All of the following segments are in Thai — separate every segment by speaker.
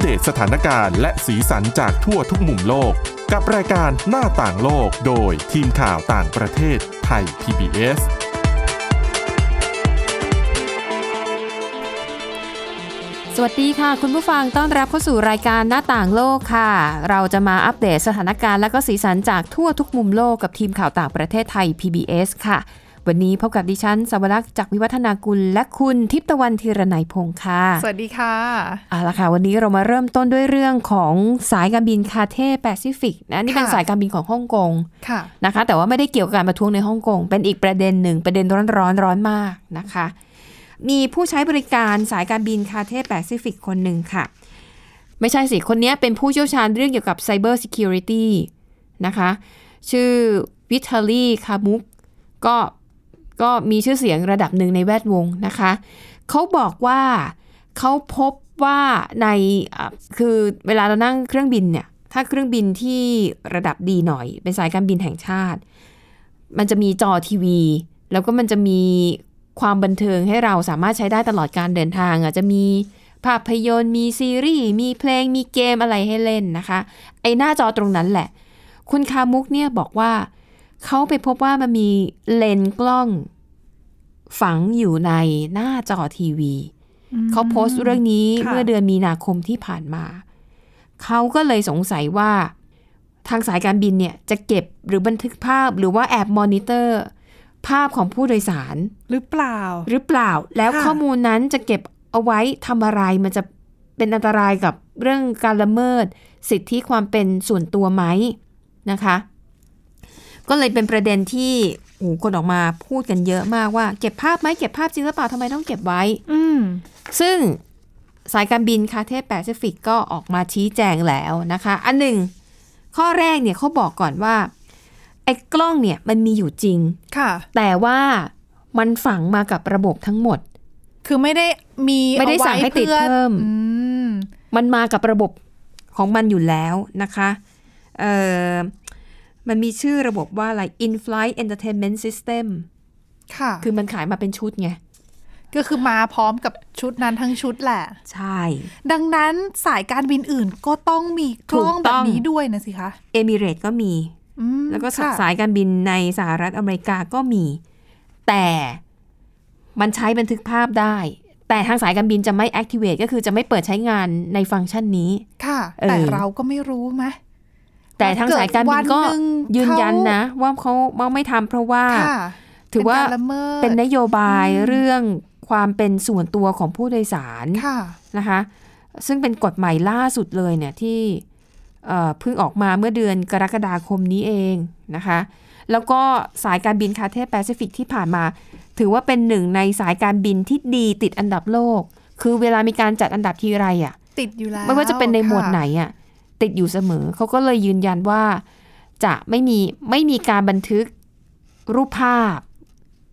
Speaker 1: เดตสถานการณ์และสีสันจากทั่วทุกมุมโลก กับรายการหน้าต่างโลกโดยทีมข่าวต่างประเทศไทย PBS
Speaker 2: สวัสดีค่ะ คุณผู้ฟังต้อนรับเข้าสู่รายการหน้าต่างโลกค่ะ เราจะมาอัปเดตสถานการณ์และก็สีสันจากทั่วทุกมุมโลกกับทีมข่าวต่างประเทศไทย PBS ค่ะ วันนี้พบกับดิฉันสวรักษ์จากวิวัฒนากุลและคุณทิพย์ตะวันธีรนัยพงค์ค่ะ
Speaker 3: สวัสดีค่ะ
Speaker 2: เอาละค่ะ วันนี้เรามาเริ่มต้นด้วยเรื่องของสายการบินคาเท่แปซิฟิกนะนี่เป็น
Speaker 3: ค่ะ
Speaker 2: สายการบินของฮ่องกง
Speaker 3: ค่ะ
Speaker 2: นะคะ แต่ว่าไม่ได้เกี่ยวกับการประท้วงในฮ่องกงเป็นอีกประเด็นหนึ่งประเด็นร้อนร้อนๆร้อนมากนะคะ มีผู้ใช้บริการสายการบินคาเทแปซิฟิกคนหนึ่งค่ะ ไม่ใช่สิ คนนี้เป็นผู้เชี่ยวชาญเรื่องเกี่ยวกับ Cyber Security นะคะ ชื่อวิทาลีคามุกก็ก็มีชื่อเสียงระดับหนึ่งในแวดวงนะคะ เขาบอกว่าเขาพบว่าในอ่ะคือเวลาเรานั่งเครื่องบินเนี่ย ถ้าเครื่องบินที่ระดับดีหน่อย เป็นสายการบินแห่งชาติ มันจะมีจอทีวี แล้วก็มันจะมีความบันเทิงให้เราสามารถใช้ได้ตลอดการเดินทางอ่ะจะมีภาพยนตร์มีซีรีส์ มีเพลงมีเกมอะไรให้เล่นนะคะ ไอหน้าจอตรงนั้นแหละ คุณคามุกเนี่ยบอกว่าเขาไปพบว่ามันมีเลนส์กล้อง ฝังอยู่ในหน้าจอทีวี เขาโพสต์เรื่องนี้
Speaker 3: ค่ะ
Speaker 2: เมื่อเดือนมีนาคมที่ผ่านมา เขาก็เลยสงสัยว่า ทางสายการบินเนี่ยจะเก็บหรือบันทึกภาพหรือว่าแอบมอนิเตอร์ ภาพของผู้โดยสาร
Speaker 3: หรือเปล่า
Speaker 2: หรือเปล่าแล้ว
Speaker 3: ค่ะ
Speaker 2: ข้อมูลนั้นจะเก็บเอาไว้ทำอะไรมันจะเป็นอันตรายกับเรื่องการละเมิด สิทธิความเป็นส่วนตัวไหมนะคะ ก็เลยเป็นประเด็นที่โอ้โหคนออกมาพูดกันเยอะมากว่า เก็บภาพไหมเก็บภาพจริงหรือเปล่าทำไมต้องเก็บไว้
Speaker 3: อืม
Speaker 2: ซึ่งสายการบินคาเทสแปซิฟิกก็ออกมาชี้แจงแล้วนะคะ อันหนึ่ง ข้อแรกเนี่ยเขาบอกก่อนว่าไอ้กล้องเนี่ยมันมีอยู่จริง
Speaker 3: ค่ะ
Speaker 2: แต่ว่ามันฝังมากับระบบทั้งหมด
Speaker 3: คือไม่ได้มี
Speaker 2: ไม่ได้
Speaker 3: เอาว้
Speaker 2: สั่งให้ติด
Speaker 3: พื่อ
Speaker 2: เพิ่ม
Speaker 3: อืม
Speaker 2: มันมากับระบบของมันอยู่แล้วนะคะเอ่อมันมีชื่อระบบว่าอะไร in-flight entertainment system
Speaker 3: ค่ะ
Speaker 2: คือมันขายมาเป็นชุดไง
Speaker 3: ก็คือมาพร้อมกับชุดนั้นทั้งชุดแหละ
Speaker 2: ใช่
Speaker 3: ดังนั้นสายการบินอื่นก็ต้องมีกล้อง
Speaker 2: ถูก
Speaker 3: แบ
Speaker 2: ต้
Speaker 3: บ
Speaker 2: อง
Speaker 3: นี้ด้วยนะสิคะ
Speaker 2: เอมิเรตก็มี
Speaker 3: อืม
Speaker 2: แล้วก็
Speaker 3: ค่ะ
Speaker 2: สายการบินในสหรัฐอเมริกาก็มี แต่มันใช้บันทึกภาพได้ แต่ทางสายการบินจะไม่ activate ก็คือจะไม่เปิดใช้งานในฟังก์ชันนี้
Speaker 3: ค่ะ
Speaker 2: เออ
Speaker 3: แต่เราก็ไม่รู้ไหม
Speaker 2: แต่ทางสายการบินก็
Speaker 3: เกิดวันหนึ่งเขา
Speaker 2: ยื
Speaker 3: ยื
Speaker 2: นยันนะว่าเขาไม่ทำเพราะว่า
Speaker 3: ค่ะ
Speaker 2: ถือว่า
Speaker 3: เป็นกรละเมิด
Speaker 2: เป็นนโยบายเรื่องความเป็นส่วนตัวของผู้โดยสาร
Speaker 3: ค่ะ
Speaker 2: นะคะ ซึ่งเป็นกฎใหม่ล่าสุดเลยเนี่ยที่เอ่อเพิ่งออกมาเมื่อเดือนกรกฎาคมนี้เองนะคะ แล้วก็สายการบินคาเทสแปซิฟิกที่ผ่านมา ถือว่าเป็นหนึ่งในสายการบินที่ดีติดอันดับโลก คือเวลามีการจัดอันดับทีไรอ่ะ
Speaker 3: ติดอยู่แล้ว
Speaker 2: ไม่ว่าจะเป็นในหมวดไหน
Speaker 3: ค่ะ
Speaker 2: อ่ะติดอยู่เสมอ เขาก็เลยยืนยันว่าจะไม่มีไม่มีการบันทึกรูปภาพ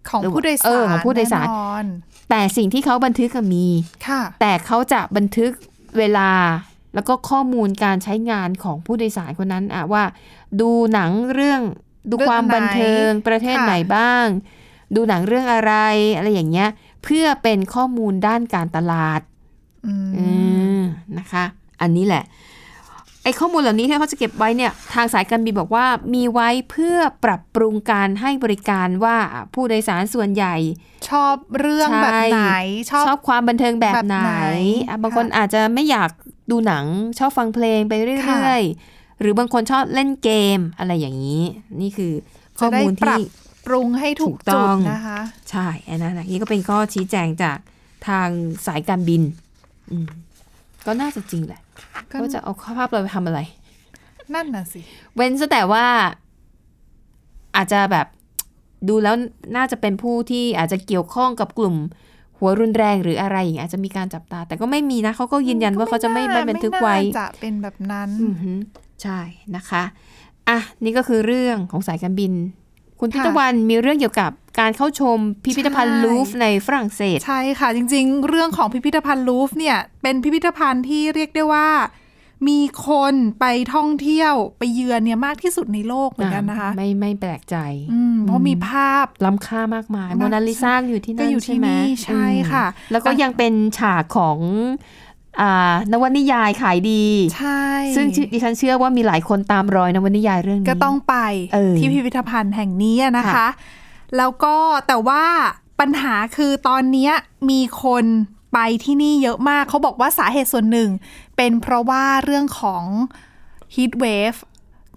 Speaker 3: ของผู้โดยสาร
Speaker 2: เออของผู้โดยสาร
Speaker 3: แน่นอน
Speaker 2: แต่สิ่งที่เขาบันทึกอะมี
Speaker 3: ค่ะ
Speaker 2: แต่เขาจะบันทึกเวลาแล้วก็ข้อมูลการใช้งานของผู้โดยสารคนนั้นอะว่า ดูหนังเรื่องดู
Speaker 3: เรื่อง
Speaker 2: ความบันเทิง
Speaker 3: ไหน
Speaker 2: ประเทศ
Speaker 3: ค่ะ
Speaker 2: ไหนบ้าง ดูหนังเรื่องอะไรอะไรอย่างเงี้ย เพื่อเป็นข้อมูลด้านการตลาด
Speaker 3: อืม
Speaker 2: อืมนะคะ อันนี้แหละ ไอ้ข้อมูลเหล่านี้ที่เขาจะเก็บไว้เนี่ย ทางสายการบินบอกว่ามีไว้เพื่อปรับปรุงการให้บริการว่าผู้โดยสารส่วนใหญ่
Speaker 3: ชอบเรื่อง
Speaker 2: ใช่
Speaker 3: แบบไหนชอบ
Speaker 2: ชอบความบันเทิงแบบไหน
Speaker 3: แบบไหน
Speaker 2: อ่ะ
Speaker 3: ค่ะ
Speaker 2: บางคนอาจจะไม่อยากดูหนัง ชอบฟังเพลงไปเรื่อยๆ หรือบางคนชอบเล่นเกมอะไรอย่างนี้ นี่คือข้อมูล
Speaker 3: จะได้ปรั
Speaker 2: ที่
Speaker 3: บ ปรุงให้ถู
Speaker 2: ถู
Speaker 3: ก
Speaker 2: กต้
Speaker 3: จุ
Speaker 2: อ
Speaker 3: ด
Speaker 2: ง
Speaker 3: นะคะ
Speaker 2: ใช่อันนั้นนะนี่ก็เป็นข้อชี้แจงจากทางสายการบินอืมก็น่าจะจริงแหละ
Speaker 3: ก็
Speaker 2: ว่าจะเอาข้อภาพเราไปทำอะไร
Speaker 3: นั่นน่ะสิ
Speaker 2: เว้นซะแต่ว่าอาจจะแบบดูแล้วน่าจะเป็นผู้ที่อาจจะเกี่ยวข้องกับกลุ่ม หัวรุนแรงหรืออะไรอย่างเงี้ยอาจจะมีการจับตา แต่ก็ไม่มีนะเขาก็ยืนยันว่าเขาจะไม่
Speaker 3: ก็
Speaker 2: บันทึกไว้
Speaker 3: ม่น่าจะเป็นแบบนั้น
Speaker 2: อือหือใช่นะคะอ่ะนี่ก็คือเรื่องของสายการบิน คุณทิตวันมีเรื่องเกี่ยวกับการเข้าชมพิพิธภัณฑ์ลูฟในฝรั่งเศส
Speaker 3: ใช่ค่ะ จริงๆ เรื่องของพิพิธภัณฑ์ลูฟเนี่ย เป็นพิพิธภัณฑ์ที่เรียกได้ว่า มีคนไปท่องเที่ยวไปเยือนเนี่ยมากที่สุดในโลกเหมือนกันนะคะ
Speaker 2: ไม่ไม่แปลกใจ
Speaker 3: อืมเพราะมีภาพ
Speaker 2: ล้ำค่ามากมายโมนาลิซาอยู่ที่นั่น
Speaker 3: ก็อยู่ที่
Speaker 2: ใช่ไหม
Speaker 3: นี่ใช่
Speaker 2: อืม
Speaker 3: ค่ะ
Speaker 2: แล้วก็ยังเป็นฉากของ อ่านวนิยายขายดี
Speaker 3: ใช่
Speaker 2: ซึ่งดิฉันเชื่อว่ามีหลายคนตามรอยนวนิยายเรื่องนี้
Speaker 3: ก็ต้องไป
Speaker 2: เออ
Speaker 3: ที่พิพิธภัณฑ์แห่งนี้อะนะคะ
Speaker 2: ค่ะ
Speaker 3: แล้วก็แต่ว่าปัญหาคือตอนเนี้ยมีคนไปที่นี่เยอะมาก เขาบอกว่าสาเหตุส่วนหนึ่ง เป็นเพราะว่าเรื่องของ heat wave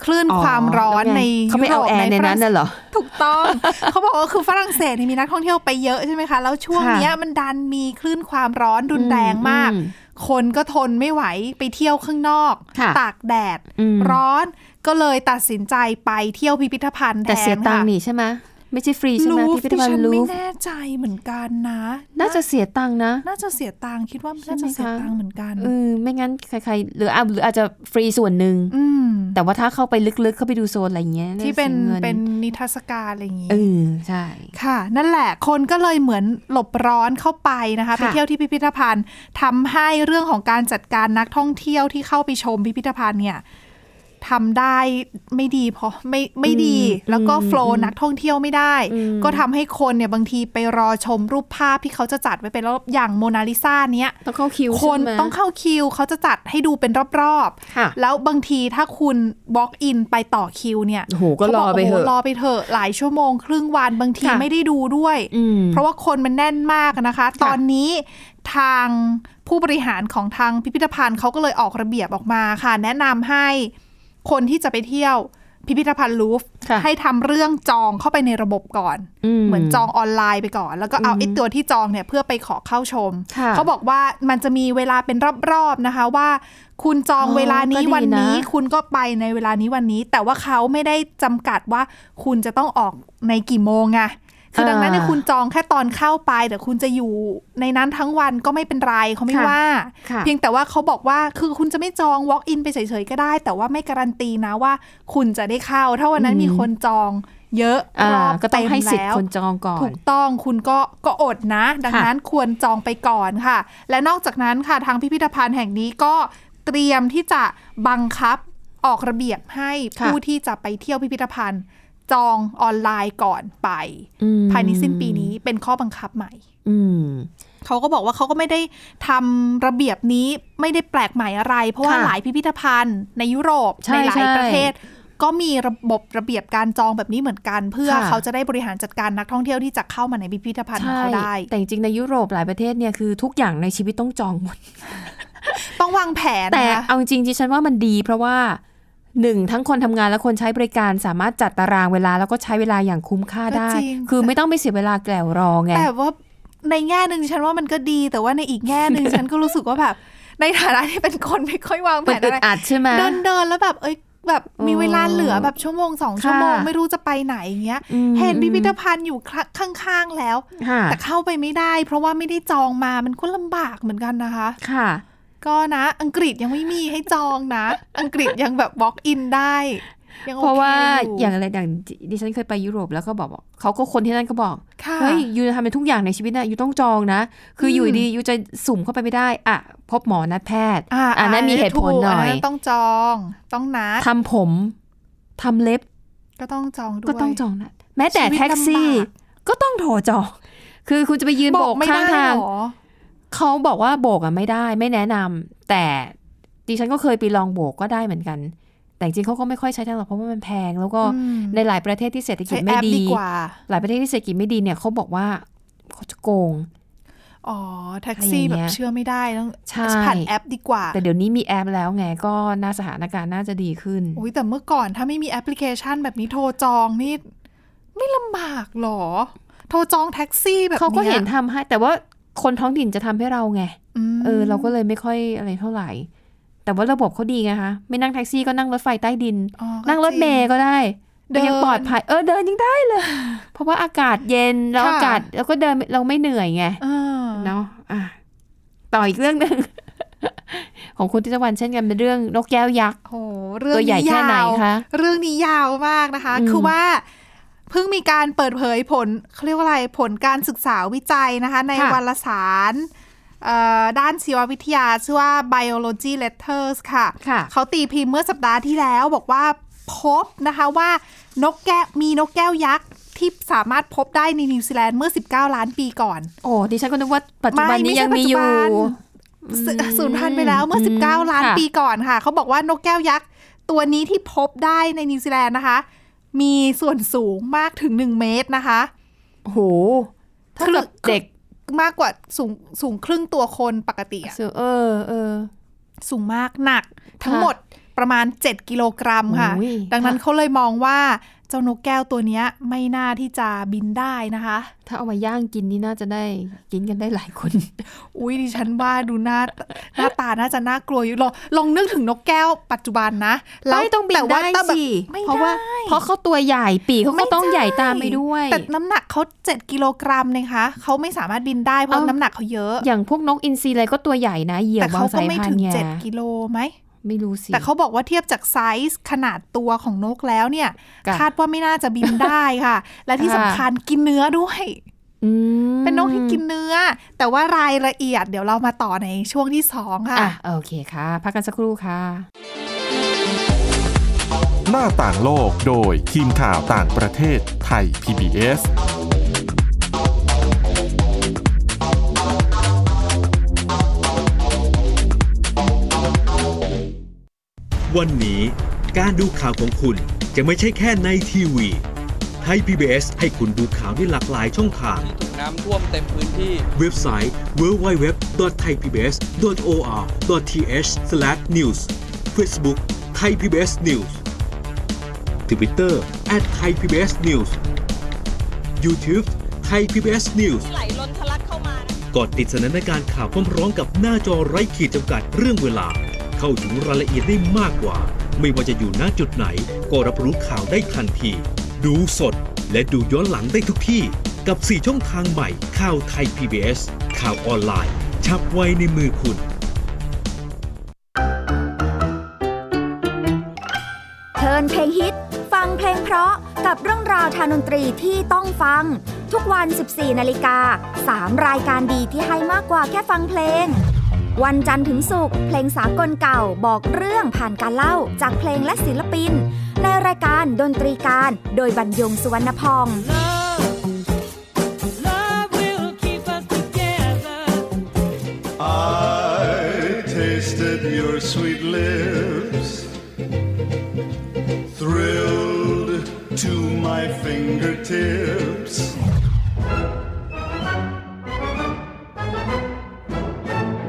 Speaker 3: คลื่นความร้อนใน
Speaker 2: เขาไป
Speaker 3: ยุโร
Speaker 2: เอา
Speaker 3: ป
Speaker 2: แอร์ใน
Speaker 3: ฝรั่
Speaker 2: นั้
Speaker 3: ง
Speaker 2: น
Speaker 3: เศส
Speaker 2: น่ะเหรอ
Speaker 3: ถูกต้อง เขาบอกว่าคือฝรั่งเศสเนี่ยมีนักท่องเที่ยวไปเยอะใช่ไหมคะ แล้วช่วง
Speaker 2: ค่ะ
Speaker 3: เนี้ยมันดันมีคลื่นความร้อนรุนแรงมาก
Speaker 2: อืม
Speaker 3: คนก็ทนไม่ไหวไปเที่ยวข้างนอก
Speaker 2: ค่ะ
Speaker 3: ตากแดด
Speaker 2: อืม
Speaker 3: ร้อนก็เลยตัดสินใจไปเที่ยวพิพิธภัณฑ์แทน
Speaker 2: แต่เสียตังค์
Speaker 3: ค่ะ
Speaker 2: นี่ใช่ไหมไม่ใช่ฟรีใช่ไหม
Speaker 3: ลูฟ
Speaker 2: พิพิธ
Speaker 3: ดิ
Speaker 2: ภัณ
Speaker 3: ฉัน
Speaker 2: ฑ์ลู
Speaker 3: ไม่
Speaker 2: ฟ
Speaker 3: แน่ใจเหมือนกันนะ
Speaker 2: น่าจะเสียตังค์นะ
Speaker 3: น่าจะเสียตังค์คิดว่า
Speaker 2: ใช่
Speaker 3: น่า
Speaker 2: ไหม
Speaker 3: จะเสีย
Speaker 2: คะ
Speaker 3: ตังค์เหมือนกัน
Speaker 2: เออไม่งั้นใครๆหรืออ่ะหรืออาจจะฟรีส่วนหนึ่ง
Speaker 3: อืม
Speaker 2: แต่ว่าถ้าเข้าไปลึกๆเข้าไปดูโซนอะไรอย่างเงี้ยาจะ
Speaker 3: ที่เป็น
Speaker 2: สียงิ
Speaker 3: เป็นนิทรรศการอะไรอย่างงี้
Speaker 2: เออใช่
Speaker 3: ค่ะ นั่นแหละคนก็เลยเหมือนหลบร้อนเข้าไปนะคะ
Speaker 2: ค่ะ
Speaker 3: ไปเที่ยวที่พิพิธภัณฑ์ทำให้เรื่องของการจัดการนักท่องเที่ยวที่เข้าไปชมพิพิธภัณฑ์เนี่ยทำได้ไม่ดีพอไม่ไม่ดี แล้วก็โฟล์นักท่องเที่ยวไม่ได้ ก็ทำให้คนเนี่ยบางทีไปรอชมรูปภาพที่เขาจะจัดไว้เป็นรอบอย่างโมนาลิซาเนี้ย
Speaker 2: ต้องเข้าคิว
Speaker 3: คน
Speaker 2: ใช่ไหม
Speaker 3: ต้องเข้าคิวเขาจะจัดให้ดูเป็นรอบ
Speaker 2: ค่ะ
Speaker 3: ๆแล้วบางทีถ้าคุณบล็อกอินไปต่อคิวเนี่ย
Speaker 2: โอ้โหก็รอไปเถ
Speaker 3: ขาบก
Speaker 2: อะ
Speaker 3: โโรอไปเถอะหลายชั่วโมง ครึ่งวันบางที
Speaker 2: ค่ะ
Speaker 3: ไม่ได้ดูด้วย
Speaker 2: อืม
Speaker 3: เพราะว่าคนมันแน่นมากนะคะ ตอนนี้ทางผู้บริหารของทางพิพิธภัณฑ์เขาก็เลยออกระเบียบออกมาค่ะ แนะนำให้คนที่จะไปเที่ยวพิพิธภัณฑ์ลูฟ
Speaker 2: ค่ะ
Speaker 3: ให้ทำเรื่องจองเข้าไปในระบบก่อน เหมือนจองออนไลน์ไปก่อน แล้วก็เอาไอ้ตัวที่จองเนี่ยเพื่อไปขอเข้าชม
Speaker 2: ค่ะ
Speaker 3: เขาบอกว่ามันจะมีเวลาเป็นรอบๆนะคะว่า คุณจอง
Speaker 2: อ๋อ
Speaker 3: เวลานี้
Speaker 2: ก็ดีนะ
Speaker 3: วันนี้คุณก็ไปในเวลานี้วันนี้ แต่ว่าเขาไม่ได้จำกัดว่าคุณจะต้องออกในกี่โมงไงคือดังนั้นเนี่ยคุณจองแค่ตอนเข้าไปแต่คุณจะอยู่ในนั้นทั้งวันก็ไม่เป็นไรเขาไม่ว่า
Speaker 2: ค่ะ
Speaker 3: เพียงแต่ว่าเขาบอกว่าคือคุณจะไม่จอง walk in ไปเฉยๆก็ได้ แต่ว่าไม่การันตีนะว่า คุณจะได้เข้า ถ้าวันนั้นมีคนจองเยอะ
Speaker 2: อ่าร
Speaker 3: อบ
Speaker 2: ก็ต้อง
Speaker 3: เม
Speaker 2: ให้สิทธิ์
Speaker 3: แล้ว
Speaker 2: คนจองก่อ
Speaker 3: ถู
Speaker 2: น
Speaker 3: กต้องคุณก็ก็อดนะ ดัง
Speaker 2: ค่ะ
Speaker 3: นั้นควรจองไปก่อนค่ะ และนอกจากนั้นค่ะทางพิพิธภัณฑ์แห่งนี้ก็เตรียมที่จะบังคับออกระเบียบให้ผู้ที่จะไปเที่ยวพิพิธภัณฑ์ จองออนไลน์ก่อนไป
Speaker 2: อืม
Speaker 3: ภายในสิ้นปีนี้เป็นข้อบังคับใหม่
Speaker 2: อืม
Speaker 3: เขาก็บอกว่าเขาก็ไม่ได้ทำระเบียบนี้ไม่ได้แปลกใหม่อะไร เพราะว่า
Speaker 2: ค่ะ
Speaker 3: หลายพิพิธภัณฑ์ในยุโรป
Speaker 2: ใช่
Speaker 3: ในหลาย
Speaker 2: ใช่
Speaker 3: ประเทศ ก็มีระบบระเบียบการจองแบบนี้เหมือนกัน เพื่อ
Speaker 2: ค่ะ
Speaker 3: เขาจะได้บริหารจัดการนักท่องเที่ยวที่จะเข้ามาในพิพิธภัณฑ์ของ
Speaker 2: ใช่
Speaker 3: เขาได้
Speaker 2: แต่จริงๆในยุโรปหลายประเทศเนี่ยคือทุกอย่างในชีวิตต้องจองหมด
Speaker 3: ต้องวางแผน
Speaker 2: แต่
Speaker 3: นะคะ
Speaker 2: เอาจริงๆดิฉันว่ามันดีเพราะว่าหนึ่งทั้งคนทำงานและคนใช้บริการสามารถจัดตารางเวลาแล้วก็ใช้เวลาอย่างคุ้มค่าได้ คือไม่ต้องไปเสียเวลาแกลวรอไง
Speaker 3: แต่ว่าในแง่หนึ่งฉันว่ามันก็ดี แต่ว่าในอีกแง่หนึ่ง ฉันก็รู้สึกว่าแบบ ในฐานะที่เป็นคนไม่ค่อยวางแผ
Speaker 2: มัน
Speaker 3: น
Speaker 2: อึ
Speaker 3: อะ
Speaker 2: ด
Speaker 3: ไร
Speaker 2: อัดใช่ไหม
Speaker 3: เดินเดินแล้วแบบเอ้ยแบบมีเวลาเหลือแบบชั่วโมงสองชั่วโมง
Speaker 2: ค่ะ
Speaker 3: ไม่รู้จะไปไหนอย่างเงี้ย
Speaker 2: อืม
Speaker 3: เห็นพิพิธภัณฑ์อยู่ข้างๆแล้ว
Speaker 2: ค่ะ
Speaker 3: แต่เข้าไปไม่ได้ เพราะว่าไม่ได้จองมามันก็ลำบากเหมือนกันนะคะ
Speaker 2: ค่ะ
Speaker 3: ก็นะอังกฤษยังไม่มีให้จองนะ อังกฤษยังแบบ walk in ได้ยังโอ
Speaker 2: เพ
Speaker 3: เค
Speaker 2: ราะว่า
Speaker 3: อ
Speaker 2: อย่างอะไรอย่างดิฉันเคยไปยุโรปแล้วก็บอกบอกเขาก็คนที่นั่นก็บอก
Speaker 3: ค่ะ
Speaker 2: เฮ้ยยูจะทำในทุกอย่างในชีวิตนะยูต้องจองนะ คืออ
Speaker 3: ม
Speaker 2: ยู่ดียูจะสุ่มเข้าไปไม่ได้ อ่ะ พบหมอนัดแพทย์
Speaker 3: อ่า
Speaker 2: ะนั้นมีเหตุผลหน่อย
Speaker 3: าต้องจองต้องนัด
Speaker 2: ทำผมทำเล็บ
Speaker 3: ก็ต้องจองด้วย
Speaker 2: ก็ต้องจองนัดแม้แต่
Speaker 3: ชีวิต
Speaker 2: แท็กซี่
Speaker 3: ลำบาก
Speaker 2: ก็ต้องโทรจอง คือคุณจะไปยืนโบก
Speaker 3: ไม่
Speaker 2: ข้าง
Speaker 3: ได้
Speaker 2: ทาง
Speaker 3: เหรอ
Speaker 2: เขาบอกว่าโบกอ่ะไม่ได้ไม่แนะนำแต่ดิฉันก็เคยไปลองโบกก็ได้เหมือนกัน แต่จริงๆเขาก็ไม่ค่อยใช้ทางหรอกเพราะว่ามันแพง แล้วก็
Speaker 3: อืม
Speaker 2: ในหลายประเทศที่เศรษฐกิ
Speaker 3: ใช้
Speaker 2: จ
Speaker 3: แอ
Speaker 2: ไม่
Speaker 3: ปดีกว่า
Speaker 2: หลายประเทศที่เศรษฐกิจไม่ดีเนี่ยเขาบอกว่าเขาจะโกง
Speaker 3: อ๋อแท็กซี่
Speaker 2: อะไรอย่าง
Speaker 3: แบบ
Speaker 2: เงี้ย
Speaker 3: เชื่อไม่ได้ต้อง
Speaker 2: ใช่
Speaker 3: ผ่านแอปดีกว่า
Speaker 2: แต่เดี๋ยวนี้มีแอปแล้วไงก็น่าสถานการณ์น่าจะดีขึ้น
Speaker 3: อุ้ยแต่เมื่อก่อนถ้าไม่มีแอปพลิเคชันแบบนี้โทรจองนี่ไม่ลำบากเหรอ โทรจองแท็กซี่แบบ
Speaker 2: เขาก็เห็น
Speaker 3: ย
Speaker 2: ทำให้ แต่ว่าคนท้องถิ่นจะทำให้เราไง
Speaker 3: ม
Speaker 2: เออ เราก็เลยไม่ค่อยอะไรเท่าไหร่ แต่ว่าระบบเขาดีไงคะ ไม่นั่งแท็กซี่ก็นั่งรถไฟใต้ดิน
Speaker 3: อ๋อก็
Speaker 2: นั่งรถเม
Speaker 3: จ
Speaker 2: ย์
Speaker 3: ง
Speaker 2: ก็ได้
Speaker 3: เดิน
Speaker 2: ยังปลอดภัย เออเดินยังได้เลย เพราะว่าอากาศเย็นแล้ว
Speaker 3: ค่ะ
Speaker 2: อากาศแล้วก็เดินเราไม่เหนื่อยไง
Speaker 3: เออ
Speaker 2: เนาะอ่ะต่ออีกเรื่องหนึ่ง ของคุณทิตวันเช่นกันเป็นเรื่องนกแก้วยักษ์
Speaker 3: โอ้โหเรื่อง
Speaker 2: ตัวใหญ่
Speaker 3: นี้
Speaker 2: แค่
Speaker 3: ยา
Speaker 2: ไหน
Speaker 3: ว
Speaker 2: คะ
Speaker 3: เรื่องนี้ยาวมากนะคะ
Speaker 2: อืม
Speaker 3: คือว่าเพิ่งมีการเปิดเผยผลเขาเรียกว่าอะไรผลการศึกษาวิจัยนะคะ ในวารสารเอ่อด้านชีววิทยา ชื่อว่า biology letters ค่ะ
Speaker 2: ค่ะ
Speaker 3: เขาตีพิมพ์เมื่อสัปดาห์ที่แล้วบอกว่าพบนะคะว่านกแก้วมีนกแก้วยักษ์ที่สามารถพบได้ในนิวซีแลนด์เมื่อ 19 ล้านปีก่อน
Speaker 2: โอ้ดิฉันก็นึกว่าปัจจุบันนี้ยังมีอยู่
Speaker 3: ไใช่ปัจจุบัน สูสูญพันธุ์ไปแล้วเมื่อ 19 ล้าน
Speaker 2: ค่ะ
Speaker 3: ปีก่อนค่ะ เขาบอกว่านกแก้วยักษ์ ตัวนี้ที่พบได้ในนิวซีแลนด์นะคะ มีส่วนสูงมากถึง 1 เมตรนะคะ
Speaker 2: โอ้โหเท่ากับเด็ก
Speaker 3: มากกว่าสูงสูงครึ่งตัวคนปกติอะ
Speaker 2: เออเออ
Speaker 3: สูงมากหนัก ทั้งหมดประมาณ 7 กิโลกรัมค่ะ
Speaker 2: โอ้ย
Speaker 3: ดังนั้นเขาเลยมองว่าเจ้านกแก้วตัวเนี้ยไม่น่าที่จะบินได้นะคะ
Speaker 2: ถ้าเอามาย่างกินนี่น่าจะได้กินกันได้หลายคน
Speaker 3: อุ้ยดิฉันว่าดูหน้า หน้าตาน่าจะน่ากลัวอยู่ลองลองนึกถึงนกแก้วปัจจุบันนะแล้ว
Speaker 2: ไม่ต้องบิน
Speaker 3: แต่ว่า
Speaker 2: ได้
Speaker 3: ถ้าแบบ
Speaker 2: สิ
Speaker 3: ไม่
Speaker 2: เพราะว่า
Speaker 3: ได้
Speaker 2: เพราะเขาตัวใหญ่ปีกเขาก็
Speaker 3: ไม่
Speaker 2: ต้อง
Speaker 3: ได้
Speaker 2: ใหญ่ตามไปด้วย
Speaker 3: แต่น้ำหนักเขา7กิโลกรัมนะคะเขาไม่สามารถบินได้เพราะ
Speaker 2: เอ้า
Speaker 3: น้ำหนักเขาเยอะ
Speaker 2: อย่างพวกนกอินทรีอะไรก็ตัวใหญ่นะเหยี่ย
Speaker 3: แต่
Speaker 2: วบา
Speaker 3: เขา
Speaker 2: ง
Speaker 3: ก็
Speaker 2: สาย
Speaker 3: ไม่
Speaker 2: พัน
Speaker 3: ถึง
Speaker 2: ธุ์ไง
Speaker 3: เจ็ดกิโลไหม
Speaker 2: ไม่รู้สิ
Speaker 3: แต่เขาบอกว่าเทียบจากไซส์ขนาดตัวของนกแล้วเนี่ย
Speaker 2: ค่ะ
Speaker 3: คาดว่าไม่น่าจะบินได้ค่ะ และที่สำคัญกินเนื้อด้วย
Speaker 2: อืม
Speaker 3: เป็นนกที่กินเนื้อ แต่ว่ารายละเอียดเดี๋ยวเรามาต่อในช่วงที่สองค่ะ
Speaker 2: อ่ะโอเคค่ะ พักกันสักครู่ค่ะ
Speaker 1: หน้าต่างโลกโดยทีมข่าวต่างประเทศไทย PBS
Speaker 4: วันนี้การดูข่าวของคุณจะไม่ใช่แค่ในทีวีไทย PBS ให้คุณดูข่าวได้หลากหลายช่องทาง
Speaker 5: ถูกน้ำท่วมเต็มพื้นที่
Speaker 4: เว็บไซต์ www.thaipbs.or.th/news Facebook Thai PBS News Twitter @thaipbsnews YouTube Thai PBS News
Speaker 6: ไหลล้นทะลักเข้ามา
Speaker 4: กดติดสนันการข่าวพร้อมๆกับหน้าจอไร้ขีดจำกัดเรื่องเวลา เข้าถึงรายละเอียดได้มากกว่า ไม่ว่าจะอยู่ณจุดไหน ก็รับรู้ข่าวได้ทันที ดูสดและดูย้อนหลังได้ทุกที่ กับ 4 ช่องทางใหม่ข่าวไทย PBS ข่าวออนไลน์ ชับไว้ในมือคุณ
Speaker 7: เพลินเพลงฮิต ฟังเพลงเพราะกับเรื่องราวทางดนตรีที่ต้องฟัง ทุกวัน 14 นาฬิกา 3 รายการดีที่ให้มากกว่าแค่ฟังเพลง วันจันทร์ถึงศุกร์เพลงสากลเก่าบอกเรื่องผ่านการเล่าจากเพลงและศิลปิน ในรายการดนตรีการโดยบรรยงสุวรรณพอง
Speaker 6: Love will keep us together
Speaker 8: I tasted your sweet lips, thrilled to my fingertips.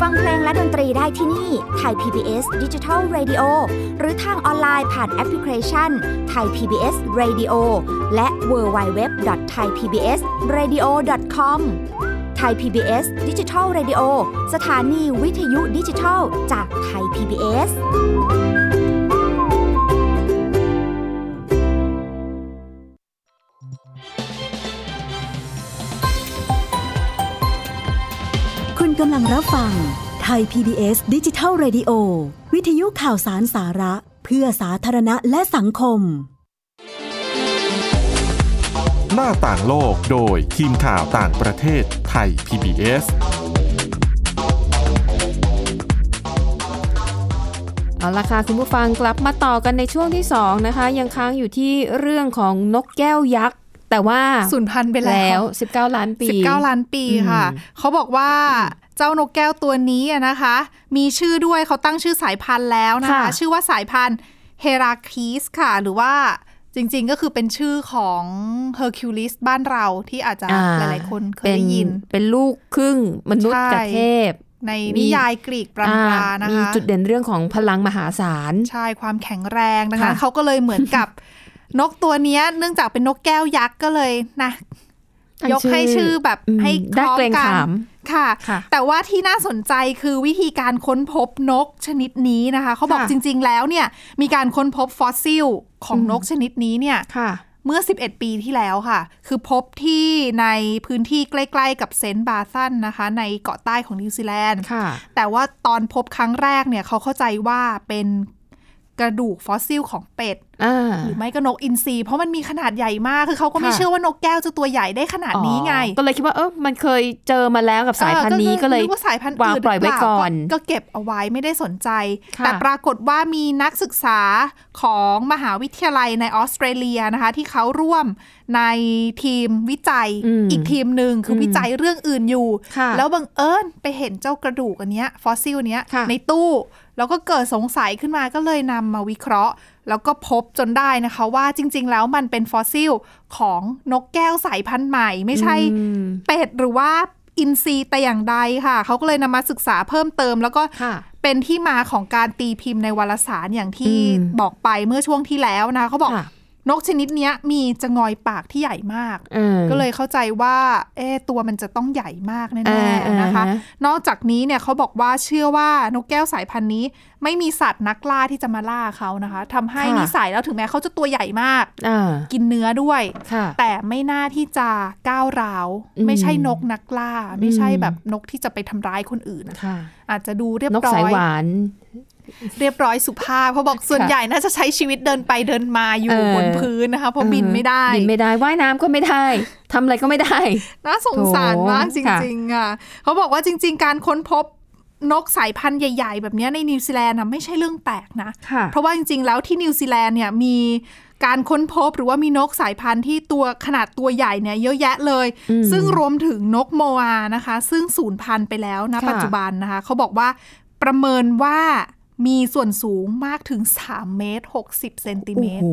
Speaker 7: ฟังเพลงและดนตรีได้ที่นี่ไทย PBS Digital Radio หรือทางออนไลน์ผ่านแอปพลิเคชันไทย PBS Radio และ w w w t h a i p b s r a d i o c o m ไทย PBS Digital Radio สถานีวิทยุดิจิทัลจากไทย PBS
Speaker 9: คุณกำลังรับฟังไทย PBS ดิจิทัล Radio วิทยุข่าวสารสาระ เพื่อสาธารณะและสังคม
Speaker 1: หน้าต่างโลกโดยทีมข่าวต่างประเทศไทย PBS
Speaker 2: เอาละค่ะคุณผู้ฟังกลับมาต่อกันในช่วงที่สองนะคะ ยังค้างอยู่ที่เรื่องของนกแก้วยักษ์ แต่ว่า
Speaker 3: สูญพันธุ์ไปแล้ว
Speaker 2: 19 ล้านปี
Speaker 3: 19 ล้านปีค่ะ
Speaker 2: อืม
Speaker 3: เขาบอกว่าเจ้านกแก้วตัวนี้อะนะคะ มีชื่อด้วยเขาตั้งชื่อสายพันธุ์แล้วนะคะ ชื่อว่าสายพันธุ์เฮราคลีสค่ะ หรือว่าจริงๆก็คือเป็นชื่อของเฮอร์คิวลิสบ้านเราที่อาจจะ
Speaker 2: อ่
Speaker 3: หลายๆคนเคยได้ยิน
Speaker 2: เป็นเป็นลูกครึ่งมนุษย์
Speaker 3: ใช่
Speaker 2: กับเทพ
Speaker 3: ใน
Speaker 2: มี
Speaker 3: นิยายกรีกปรำปรานะ
Speaker 2: อ่ามี
Speaker 3: คะ
Speaker 2: จุดเด่นเรื่องของพลังมหาศาล
Speaker 3: ใช่ความแข็งแรงดังนั้น
Speaker 2: ค่ะ
Speaker 3: เขาก็เลยเหมือนกับ นกตัวเนี้ยเนื่องจากเป็นนกแก้วยักษ์ก็เลยนะ
Speaker 2: ตั้ง
Speaker 3: ยกให้ชื่อแบบ
Speaker 2: ม
Speaker 3: ให้ค
Speaker 2: ได้
Speaker 3: ล้อง
Speaker 2: เกรง
Speaker 3: กั
Speaker 2: ขาน ม
Speaker 3: ค่ะ
Speaker 2: ค่ะ
Speaker 3: แต่ว่าที่น่าสนใจคือวิธีการค้นพบนกชนิดนี้นะคะ เขาบอก
Speaker 2: ค่ะ
Speaker 3: จริง ๆ แล้วเนี่ยมีการค้นพบฟอสซิลของ
Speaker 2: อืม
Speaker 3: นกชนิดนี้เนี่ย
Speaker 2: ค่ะ
Speaker 3: เมื่อ 11 ปีที่แล้วค่ะ คือพบที่ในพื้นที่ใกล้ ๆ กับเซนต์บาซันนะคะ ในเกาะใต้ของนิวซีแลนด์
Speaker 2: ค่ะ
Speaker 3: แต่ว่าตอนพบครั้งแรกเนี่ยเขาเข้าใจว่าเป็นกระดูกฟอสซิลของเป็ด
Speaker 2: อ่า
Speaker 3: หรือไม่ก็นกอินทรีเพราะมันมีขนาดใหญ่มาก คือเขาก็ไม่
Speaker 2: ค่ะ
Speaker 3: เชื่อว่านกแก้วจะตัวใหญ่ได้ขนาดนี้ไง
Speaker 2: อ๋อก็เลยคิดว่าเออมันเคยเจอมาแล้วกับสายพันธุ์นี้ก็เลย
Speaker 3: นึว่าสายพันธุ์
Speaker 2: วาง
Speaker 3: อื่น
Speaker 2: ปล่อยไว้ก่อน
Speaker 3: หรืเปล่าก็เก็บเอาไว้ไม่ได้สนใจ
Speaker 2: ค่ะ
Speaker 3: แต่ปรากฏว่ามีนักศึกษาของมหาวิทยาลัยในออสเตรเลียนะคะ ที่เขาร่วมในทีมวิจัยอีกทีมหนึ่งคือวิจัยเรื่องอื่นอยู่
Speaker 2: ค่ะ
Speaker 3: แล้วบังเอิญไปเห็นเจ้ากระดูกอันเนี้ยฟอสซิลเนี้ย
Speaker 2: ค่ะ
Speaker 3: ในตู้ แล้วก็เกิดสงสัยขึ้นมาก็เลยนำมาวิเคราะห์ แล้วก็พบจนได้นะคะว่าจริง ๆ แล้วมันเป็นฟอสซิลของนกแก้วสายพันธุ์ใหม่ ไม่ใช่
Speaker 2: อืม
Speaker 3: เป็ดหรือว่าอินทรีแต่อย่างใดค่ะ เขาก็เลยนำมาศึกษาเพิ่มเติม แล้วก็
Speaker 2: ค่ะ
Speaker 3: เป็นที่มาของการตีพิมพ์ในวารสารอย่างที่
Speaker 2: อืม
Speaker 3: บอกไปเมื่อช่วงที่แล้วนะเขาบอก
Speaker 2: ค่ะ
Speaker 3: นกชนิดเนี้ยมีจะงอยปากที่ใหญ่มาก
Speaker 2: เออ
Speaker 3: ก็เลยเข้าใจว่าเอ๊ะตัวมันจะต้องใหญ่มากแน่
Speaker 2: อ่า
Speaker 3: ๆ
Speaker 2: อ่า
Speaker 3: นะคะ
Speaker 2: ฮะ
Speaker 3: นอกจากนี้เนี่ยเขาบอกว่าเชื่อว่านกแก้วสายพันธุ์นี้ ไม่มีสัตว์นักล่าที่จะมาล่าเขานะคะทำให้นิสัยแล้วถึงแม้เขาจะตัวใหญ่มาก
Speaker 2: อ่า
Speaker 3: กินเนื้อด้วย
Speaker 2: ค่ะ
Speaker 3: แต่ไม่น่าที่จะก้าวร้าว
Speaker 2: อืม
Speaker 3: ไม่ใช่นกนักล่า ไม่ใช่
Speaker 2: อืม
Speaker 3: แบบนกที่จะไปทำร้ายคนอื่นนะคะ
Speaker 2: ค่ะ
Speaker 3: อาจจะดูเรียบ
Speaker 2: นก
Speaker 3: ร้
Speaker 2: สา
Speaker 3: อย ย
Speaker 2: หวาน
Speaker 3: เรียบร้อยสุภาพเขาบอกส่วน
Speaker 2: ค่ะ
Speaker 3: ใหญ่น่าจะใช้ชีวิตเดินไปเดินมาอยู่บนพื้นนะคะเพราะบินไม่ได้
Speaker 2: บินไม่ได้ว่ายน้ำก็ไม่ได้ทำอะไรก็ไม่ได้
Speaker 3: น่าสงสารมาก
Speaker 2: โถ
Speaker 3: จ
Speaker 2: ค่ะ
Speaker 3: ริงๆอ่ะเขาบอกว่าจริง ๆ การค้นพบนกสายพันธุ์ใหญ่ ๆ แบบเนี้ยในนิวซีแลนด์นะไม่ใช่เรื่องแปลกนะ
Speaker 2: ค่ะ
Speaker 3: เพราะว่าจริง ๆ แล้วที่นิวซีแลนด์เนี่ยมีการค้นพบหรือว่ามีนกสายพันธุ์ที่ตัวขนาดตัวใหญ่เนี่ยเยอะแยะเลย
Speaker 2: อืม
Speaker 3: ซึ่งรวมถึงนกโมอานะคะ ซึ่งสูญพันธุ์ไปแล้วนะ
Speaker 2: ค่ะ
Speaker 3: ปัจจุบันนะคะเขาบอกว่าประเมินว่ามีส่วนสูงมากถึง3เมตร60เซนติเม
Speaker 2: โอ้
Speaker 3: ต
Speaker 2: โห
Speaker 3: ร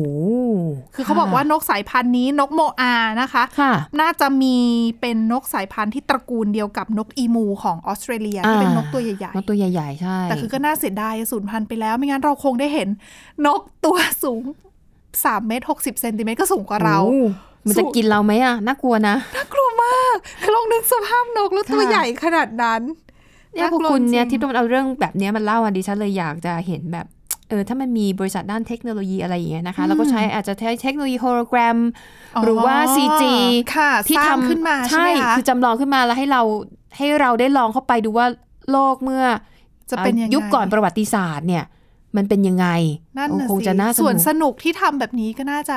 Speaker 3: คือเขาบอกว่านกสายพันธุ์นี้นกโมอานะคะ
Speaker 2: ค่ะ
Speaker 3: น่าจะมีเป็นนกสายพันธุ์ที่ตระกูลเดียวกับนกอีมูของออสเตรเลียที่เป็นนกตัวใหญ่
Speaker 2: นกตัวใหญ่ๆ ใช่
Speaker 3: ๆ แต่คือก็น่าเสียดายสูญพันธุ์ไปแล้ว ไม่งั้นเราคงได้เห็นนกตัวสูง3เมตร60เซนติเมตรก็สูงกว่าเรา
Speaker 2: โอ้มันจะ
Speaker 3: สู้
Speaker 2: กินเราไหมอ่ะ น่ากลัวนะ
Speaker 3: กลัวมากคือลองนึกสภาพนกแล้วตัว
Speaker 2: ค่ะ
Speaker 3: ใหญ่ขนาดนั้น
Speaker 2: เนี่ย
Speaker 3: า
Speaker 2: พวก
Speaker 3: ลัว
Speaker 2: คุณเนี่ย
Speaker 3: จริง
Speaker 2: ที่ต้องเอาเรื่องแบบเนี้ยมันเล่าอ่ะดิฉันเลยอยากจะเห็นแบบ เออ ถ้ามันมีบริษัทด้านเทคโนโลยีอะไรอย่างเงี้ยนะคะ แล้วก็ใช้อาจจะใช้เทคโนโลยีโฮโลแกรม
Speaker 3: อ๋อ
Speaker 2: หรือว่า CG
Speaker 3: ค่ะ
Speaker 2: ที่
Speaker 3: สร้างขึ้นมาใช่ไหมคะ
Speaker 2: คือจำลองขึ้นมาแล้วให้เราให้เราได้ลองเข้าไปดูว่าโลกเมื่อ
Speaker 3: จะเป็นยังไง
Speaker 2: ยุคก่อนประวัติศาสตร์เนี่ย มันเป็นยังไง
Speaker 3: นั่นน่ะ
Speaker 2: คง
Speaker 3: สิ
Speaker 2: จะน่าส
Speaker 3: ส่วนส
Speaker 2: นุก
Speaker 3: นุกที่ทำแบบนี้ก็น่าจะ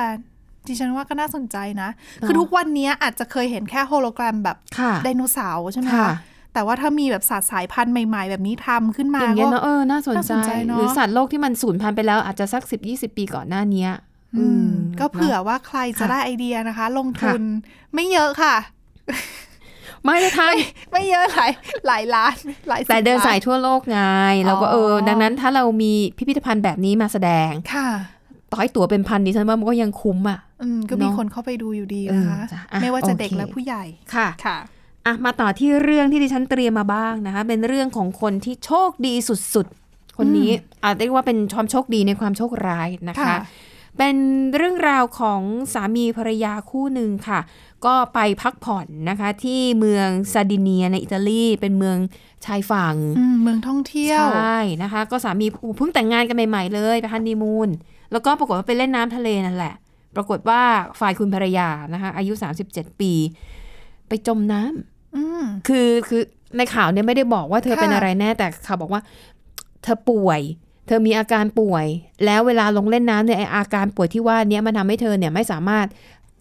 Speaker 3: ดิฉันว่าก็น่าสนใจนะ คือ
Speaker 2: เนอะ
Speaker 3: ทุกวันนี้อาจจะเคยเห็นแค่โฮโลแกรมแบบ
Speaker 2: ค่ะ
Speaker 3: ไดโนเสาร์ใช่ไหม
Speaker 2: ค่ะ
Speaker 3: คะ แต่ว่าถ้ามีแบบสัตว์สายพันธุ์ใหม่ ๆ แบบนี้ทำขึ้นมา
Speaker 2: อย่างเงี้ย
Speaker 3: ก็
Speaker 2: เนอะเออน่าสน
Speaker 3: น่า
Speaker 2: ใจ
Speaker 3: สนใจเน
Speaker 2: ห
Speaker 3: อะ
Speaker 2: รือสัตว์โลกที่มันสูญพันธุ์ไปแล้วอาจจะสักสิบยี่สิบปีก่อนหน้าเนี้ย
Speaker 3: อืม
Speaker 2: ม
Speaker 3: ก็เผื่อ
Speaker 2: นะ
Speaker 3: ว่าใครจะ
Speaker 2: ค่ะ
Speaker 3: ได้ไอเดียนะคะ ลง
Speaker 2: ค่ะ
Speaker 3: ทุนไม่เยอะค่ะ
Speaker 2: ไม่ได้ ทัน
Speaker 3: ไม่เยอะหลายหลายล้านหลายบ
Speaker 2: แต่เดินสาย
Speaker 3: ล้
Speaker 2: ทั่วโลกไงเราก็
Speaker 3: อ๋อ
Speaker 2: เออ ดังนั้นถ้าเรามีพิพิธภัณฑ์แบบนี้มาแสดง
Speaker 3: ค่ะ
Speaker 2: ต่อยตั๋วเป็นพันดิฉันว่ามันก็ยังคุ้มอ่ะ
Speaker 3: อืมก็มี
Speaker 2: เนอะ
Speaker 3: คนเข้าไปดูอยู่ดีนะคะ
Speaker 2: เออจ้ะอ่ะ
Speaker 3: ไม่ว่าจะเด็ก
Speaker 2: โอเค
Speaker 3: และผู้ใหญ่
Speaker 2: ค่ะ
Speaker 3: ค่ะ
Speaker 2: อ่ะ มาต่อที่เรื่องที่ดิฉันเตรียมมาบ้างนะคะ เป็นเรื่องของคนที่โชคดีสุดๆ คนนี้อาจเรียกว่าเป็นความโชคดีในความโชคร้ายนะคะ
Speaker 3: ค่ะ
Speaker 2: เป็นเรื่องราวของสามีภรรยาคู่หนึ่งค่ะ ก็ไปพักผ่อนนะคะ ที่เมืองซาร์ดิเนียในอิตาลีเป็นเมืองชายฝั่ง
Speaker 3: อืมเมืองท่องเที่ยว
Speaker 2: ใช่นะคะ ก็สามีเพิ่งแต่งงานกันใหม่ๆเลยไปฮันนีมูนแล้วก็ปรากฏว่าไปเล่นน้ำทะเลนั่นแหละ ปรากฏว่าฝ่ายคุณภรรยานะคะ อายุ 37 ปี ไปจมน้ำ
Speaker 3: อืม
Speaker 2: คือคือในข่าวเนี่ยไม่ได้บอกว่าเธอ
Speaker 3: ค่ะ
Speaker 2: เป็นอะไรแน่แต่ข่าวบอกว่า เธอป่วย เธอมีอาการป่วย แล้วเวลาลงเล่นน้ำเนี่ยไอ้อาการป่วยที่ว่าเนี้มันทำให้เธอเนี่ยไม่สามารถ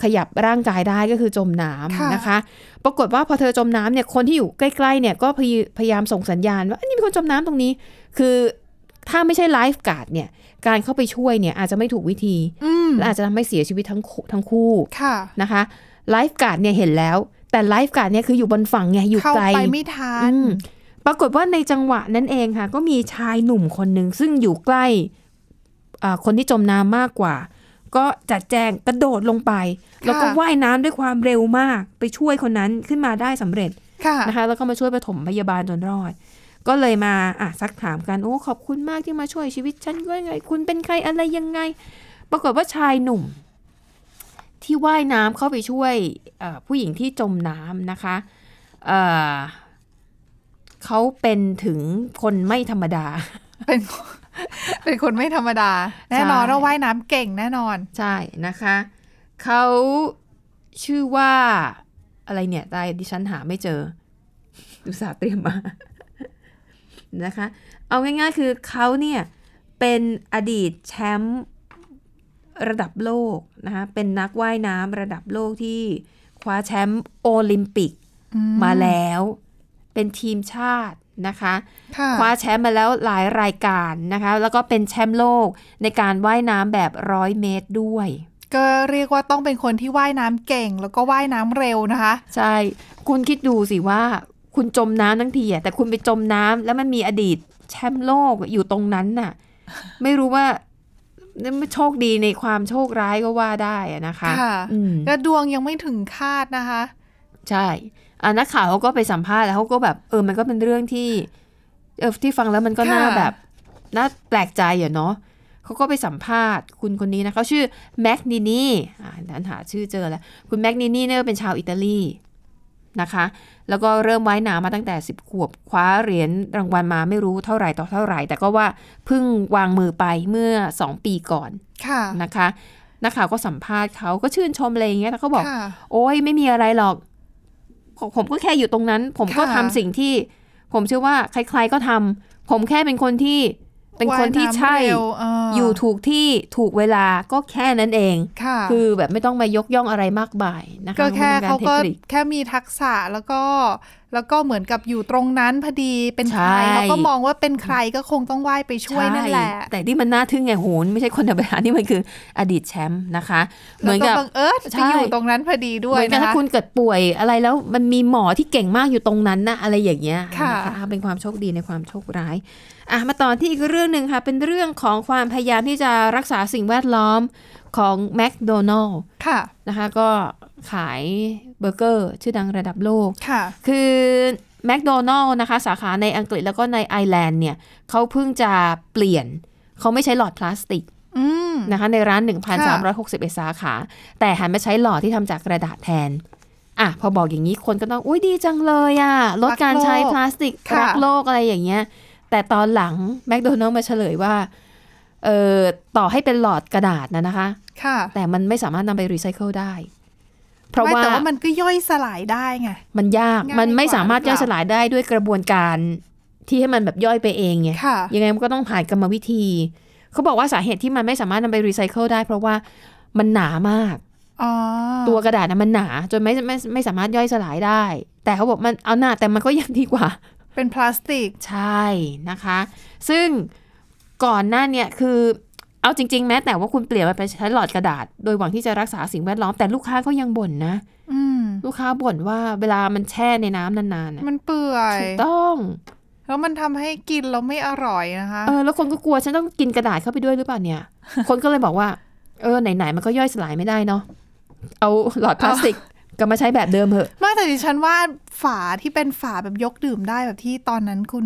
Speaker 2: ขยับร่างกายได้ก็คือจมน้ำนะคะ ปรากฏว่าพอเธอจมน้ำเนี่ยคนที่อยู่ใกล้ๆเนี่ยก็พยพยายามส่งสัญญาณว่าอันนี้มีคนจมน้ำตรงนี้ คือถ้าไม่ใช่ไลฟ์การ์ดเนี่ยการเข้าไปช่วยเนี่ยอาจจะไม่ถูกวิธี
Speaker 3: อืม
Speaker 2: และอาจจะทำให้เสียชีวิตทั้งคู่ทั้งคู่
Speaker 3: ค่ะ
Speaker 2: นะคะไลฟ์การ์ดเนี่ยเห็นแล้ว แต่ไลฟ์การ์ดเนี่ยคืออยู่บนฝั่งไงอยู่
Speaker 3: เข้า
Speaker 2: ไกล
Speaker 3: ไปไม่ทัน
Speaker 2: อืมปรากฏว่าในจังหวะนั้นเองค่ะ ก็มีชายหนุ่มคนหนึ่งซึ่งอยู่ใกล้อ่าคนที่จมน้ำมากกว่า ก็จัดแจงกระโดดลงไป แล้วก็ว่ายน้ำด้วยความเร็วมาก ไปช่วยคนนั้นขึ้นมาได้สำเร็จ
Speaker 3: ค่ะ
Speaker 2: นะคะ แล้วก็มาช่วยปฐมพยาบาลจนรอด ก็เลยมาอ่ะซักถามกัน โอ้ขอบคุณมากที่มาช่วยชีวิตฉันด้วยไง คุณเป็นใครอะไรยังไง ปรากฏว่าชายหนุ่ม ที่ว่ายน้ำเข้าไปช่วยเอ่อผู้หญิงที่จมน้ำนะคะเอ่อเขาเป็นถึงคนไม่ธรรมดา
Speaker 3: เป็น เป็นคนไม่ธรรมดา แน่นอน
Speaker 2: ใช่
Speaker 3: ว่าว่ายน้ำเก่งแน่นอน
Speaker 2: ใช่นะคะ เขาชื่อว่าอะไรเนี่ยตายดิฉันหาไม่เจอ อุตส่าห์เตรียมมา นะคะ เอาง่ายๆคือเขาเนี่ยเป็นอดีตแชมป์ระดับโลกนะคะเป็นนักว่ายน้ำระดับโลกที่คว้าแชมป์โอลิมปิกมาแล้ว เป็นทีมชาตินะคะ
Speaker 3: ค่ะ
Speaker 2: คว้าแชมป์มาแล้วหลายรายการนะคะ แล้วก็เป็นแชมป์โลกในการว่ายน้ำแบบร้อยเมตรด้วย
Speaker 3: ก็เรียกว่าต้องเป็นคนที่ว่ายน้ำเก่ง แล้วก็ว่ายน้ำเร็วนะคะ
Speaker 2: ใช่ คุณคิดดูสิว่า คุณจมน้ำทั้งทีอะแต่คุณไปจมน้ำแล้วมันมีอดีตแชมป์โลกอยู่ตรงนั้นน่ะ ไม่รู้ว่านี่มันโชคดีในความโชคร้ายก็ว่าได้อะนะคะ
Speaker 3: ค่ะ
Speaker 2: อืม
Speaker 3: ก็ดวงยังไม่ถึงคาดนะคะ
Speaker 2: ใช่อ่ะนักข่าวเขาก็ไปสัมภาษณ์แล้วเขาก็แบบเออ มันก็เป็นเรื่องที่เออที่ฟังแล้วมันก็น่า
Speaker 3: ค่ะ
Speaker 2: แบบน่าแปลกใจอ่ะเนาะเขาก็ไปสัมภาษณ์คุณคนนี้นะเขาชื่อแม็กนินีอ่าดันหาชื่อเจอแล้ว คุณแม็กนินีเนี่ยเป็นชาวอิตาลีนะคะ แล้วก็เริ่มว่ายน้ำมาตั้งแต่ 10 ขวบ คว้าเหรียญรางวัลมาไม่รู้เท่าไหร่ต่อเท่าไหร่ แต่ก็ว่าเพิ่งวางมือไปเมื่อ 2 ปีก่อน
Speaker 3: ค่ะ
Speaker 2: นะคะนักข่าวก็สัมภาษณ์เขาก็ชื่นชมอะไรอย่างเงี้ยแต่เขาบอก
Speaker 3: ค่ะ
Speaker 2: โอ้ยไม่มีอะไรหรอกผมผมก็แค่อยู่ตรงนั้น ผมก็
Speaker 3: ค่ะ
Speaker 2: ทำสิ่งที่ ผมเชื่อว่าใครๆก็ทำผมแค่เป็นคนที่เป็นคนที่ใช่
Speaker 3: ว่ายน้ำเร็วอ่า
Speaker 2: อยู่ถูกที่ถูกเวลาก็แค่นั้นเอง
Speaker 3: ค่ะ
Speaker 2: คือแบบไม่ต้องมายกย่องอะไรมากมายนะคะ
Speaker 3: ก็แค่
Speaker 2: มันป็น
Speaker 3: เขา
Speaker 2: ทค
Speaker 3: ก็
Speaker 2: นิค
Speaker 3: แค่มีทักษะแล้วก็ แล้วก็เหมือนกับอยู่ตรงนั้นพอดีเป็นใคร
Speaker 2: ใช่
Speaker 3: แล้วก็มองว่าเป็นใครก็คงต้องว่ายไปช่วยนั่นแหละ
Speaker 2: ใช่แต่ที่มันน่าทึ่งไงโหนไม่ใช่คนธรรมดา นี่มันคืออดีตแชมป์นะคะ เหมือนกับ
Speaker 3: แล้วบังเอิญ
Speaker 2: ใช่
Speaker 3: ไปอยู่ตรงนั้นพอดีด้ว
Speaker 2: เหมื
Speaker 3: ย
Speaker 2: อนกั
Speaker 3: นะ
Speaker 2: นถ้า
Speaker 3: คะ
Speaker 2: คุณเกิดป่วยอะไรแล้วมันมีหมอที่เก่งมากอยู่ตรงนั้นนะอะไรอย่างเงี้ย
Speaker 3: ค่ะ
Speaker 2: นเป็นความโชคดีในความโชคร้ายอ่ะมาต่อที่อีกเรื่องหนึ่งค่ะ เป็นเรื่องของความพยายามที่จะรักษาสิ่งแวดล้อมของแม d โดนัล s
Speaker 3: ค่ะ
Speaker 2: นะคะ ก็ขายเบอร์เกอร์ ชื่อดังระดับโลก
Speaker 3: ค่ะ
Speaker 2: คือแม d โดนัล s นะคะ สาขาในอังกฤษแล้วก็ในไอร์แลนด์เนี่ยเขาเพิ่งจะเปลี่ยน เขาไม่ใช้หลอดพลาสติก
Speaker 3: อืม
Speaker 2: นะคะในร้าน
Speaker 3: ค่ะ
Speaker 2: 1,361 สาขา แต่หันมาใช้หลอดที่ทำจากกระดาษแทน อ่ะ พอบอกอย่างนี้คนก็ต้อง อุ้ยดีจังเลยอะ่ะ ลดการใช้พลาสติกรักโลกอะไรอย่างเงี้ย แต่ตอนหลังแม d โดนัล s มาเฉลยว่า เออต่อให้เป็นหลอดกระดาษนะนะคะ
Speaker 3: ค่ะ
Speaker 2: แต่มันไม่สามารถนำไปรีไซเคิลได้ เพราะ
Speaker 3: ไม่
Speaker 2: ว่า
Speaker 3: แต่ว่ามันก็ย่อยสลายได้ไง
Speaker 2: มันยาก
Speaker 3: ง่าย
Speaker 2: มันไม่สามารถ
Speaker 3: กว่า
Speaker 2: ย่อยสลายได้ด้วยกระบวนการที่ให้มันแบบย่อยไปเองไง
Speaker 3: ค่ะ
Speaker 2: ยังไงมันก็ต้องผ่านกรรมวิธี เขาบอกว่าสาเหตุที่มันไม่สามารถนำไปรีไซเคิลได้ เพราะว่ามันหนามาก
Speaker 3: อ๋อ
Speaker 2: ตัวกระดาษนะมันหนา จนไม่ไม่ไม่สามารถย่อยสลายได้ แต่เขาบอกมันเอาหนาแต่มันก็ยังดีกว่า
Speaker 3: เป็นพลาสติก
Speaker 2: ใช่นะคะ ซึ่งก่อนหน้าเนี่ยคือเอาจริง ๆ แม้แต่ว่าคุณเปลี่ยนมันไปใช้หลอดกระดาษ โดยหวังที่จะรักษาสิ่งแวดล้อมแต่ลูกค้าก็ยังบ่นนะ
Speaker 3: อืม
Speaker 2: ลูกค้าบ่นว่าเวลามันแช่ในน้ำนานๆน่ะ
Speaker 3: มันเปื่อย
Speaker 2: ถูกต้อง
Speaker 3: แล้วมันทำให้กินแล้วไม่อร่อยนะคะ
Speaker 2: เออแล้วคนก็กลัวฉันต้องกินกระดาษเข้าไปด้วยหรือเปล่าเนี่ย คนก็เลยบอกว่า เออไหนๆมันก็ย่อยสลายไม่ได้เนาะเอาหลอดพลาสติกกลับมาใช้แบบเดิมเถอะ
Speaker 3: ไม่แต่ดิฉันว่าฝาที่เป็นฝาแบบยกดื่มได้แบบที่ตอนนั้นคุณ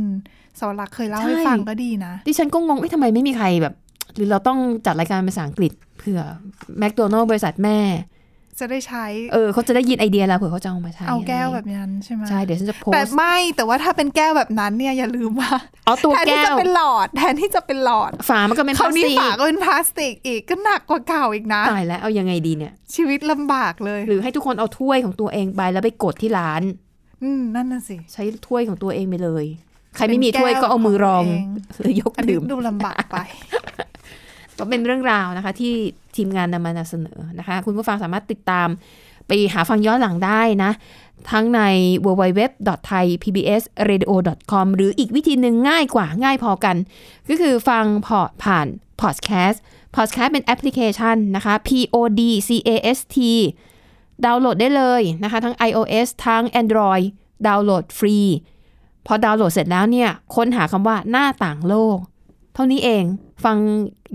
Speaker 3: สวรักษ์เคยเล่าให้
Speaker 2: ใช่
Speaker 3: ฟังก็ดีนะ
Speaker 2: ดิฉันก็งงเอ๊ะทำไมไม่มีใครแบบ หรือเราต้องจัดรายการเป็นภาษาอังกฤษเผื่อแม d โดนัลบริษัทแม่
Speaker 3: จะได้ใช้
Speaker 2: เออเขาจะได้ยินไอเดียเราเผื่อเขาจะเอามาใช้
Speaker 3: เอาแก้วแบบนั้นใช่ไหม
Speaker 2: ใช่ เดี๋ยวฉันจะโพ
Speaker 3: แต่
Speaker 2: สต์
Speaker 3: ไม่แต่ว่าถ้าเป็นแก้วแบบนั้นเนี่ยอย่าลืมว่า
Speaker 2: เอาตัว
Speaker 3: แทนที่
Speaker 2: แก้
Speaker 3: จะ
Speaker 2: ว
Speaker 3: เป็นหลอดแทนที่จะเป็นหลอด
Speaker 2: ฝามันก็เป็นพ
Speaker 3: เขา
Speaker 2: ลาว ส
Speaker 3: นี้
Speaker 2: ติก
Speaker 3: ฝาก็เป็นพลาสติกอีกก็หนักกว่าเก่าอีกนะ
Speaker 2: ตายแล้วเอายังไงดีเนี่ย
Speaker 3: ชีวิตลำบากเลย
Speaker 2: หรือให้ทุกคนเอาถ้วยของตัวเองไปแล้วไปกดที่ร้าน
Speaker 3: อืมนั่นน่ะสิ
Speaker 2: ใช้ถ้วยของตัวเองไปเลย ใครไม่มีถ้วยก็เอามือรองหรือยก
Speaker 3: อันนี้
Speaker 2: ดื่ม
Speaker 3: ดูลำบากไป
Speaker 2: ก็เป็นเรื่องราวนะคะ ที่ทีมงานนำมานำเสนอนะคะ คุณผู้ฟังสามารถติดตามไปหาฟังย้อนหลังได้นะ ทั้งใน www.thaipbsradio.com หรืออีกวิธีหนึ่งง่ายกว่าง่ายพอกัน ก็คือฟังพอดผ่านพอดแคสต์พอดแคสต์เป็นแอปพลิเคชันนะคะ podcast ดาวน์โหลดได้เลยนะคะ ทั้ง iOS ทั้ง Android ดาวน์โหลดฟรี พอดาวน์โหลดเสร็จแล้วเนี่ย ค้นหาคำว่าหน้าต่างโลก เท่านี้เองฟัง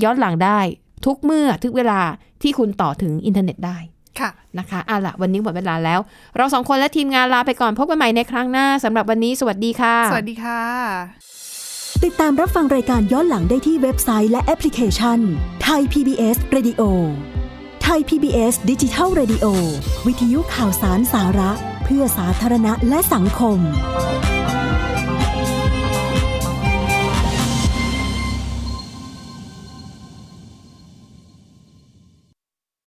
Speaker 2: ย้อนหลังได้ทุกเมื่อทุกเวลาที่คุณต่อถึงอินเทอร์เน็ตได้
Speaker 3: ค่ะ
Speaker 2: นะคะเอาละวันนี้หมดเวลาแล้ว เราสองคนและทีมงานลาไปก่อนพบกันใหม่ในครั้งหน้าสำหรับวันนี้สวัสดีค่ะ
Speaker 3: สวัสดีค่ะ
Speaker 9: ติดตามรับฟังรายการย้อนหลังได้ที่เว็บไซต์และแอปพลิเคชันไทย PBS Radio ไท ทย PBS ดิจิทัล Radio วิทยุข่าวสารสาระ เพื่อสาธารณะและสังคม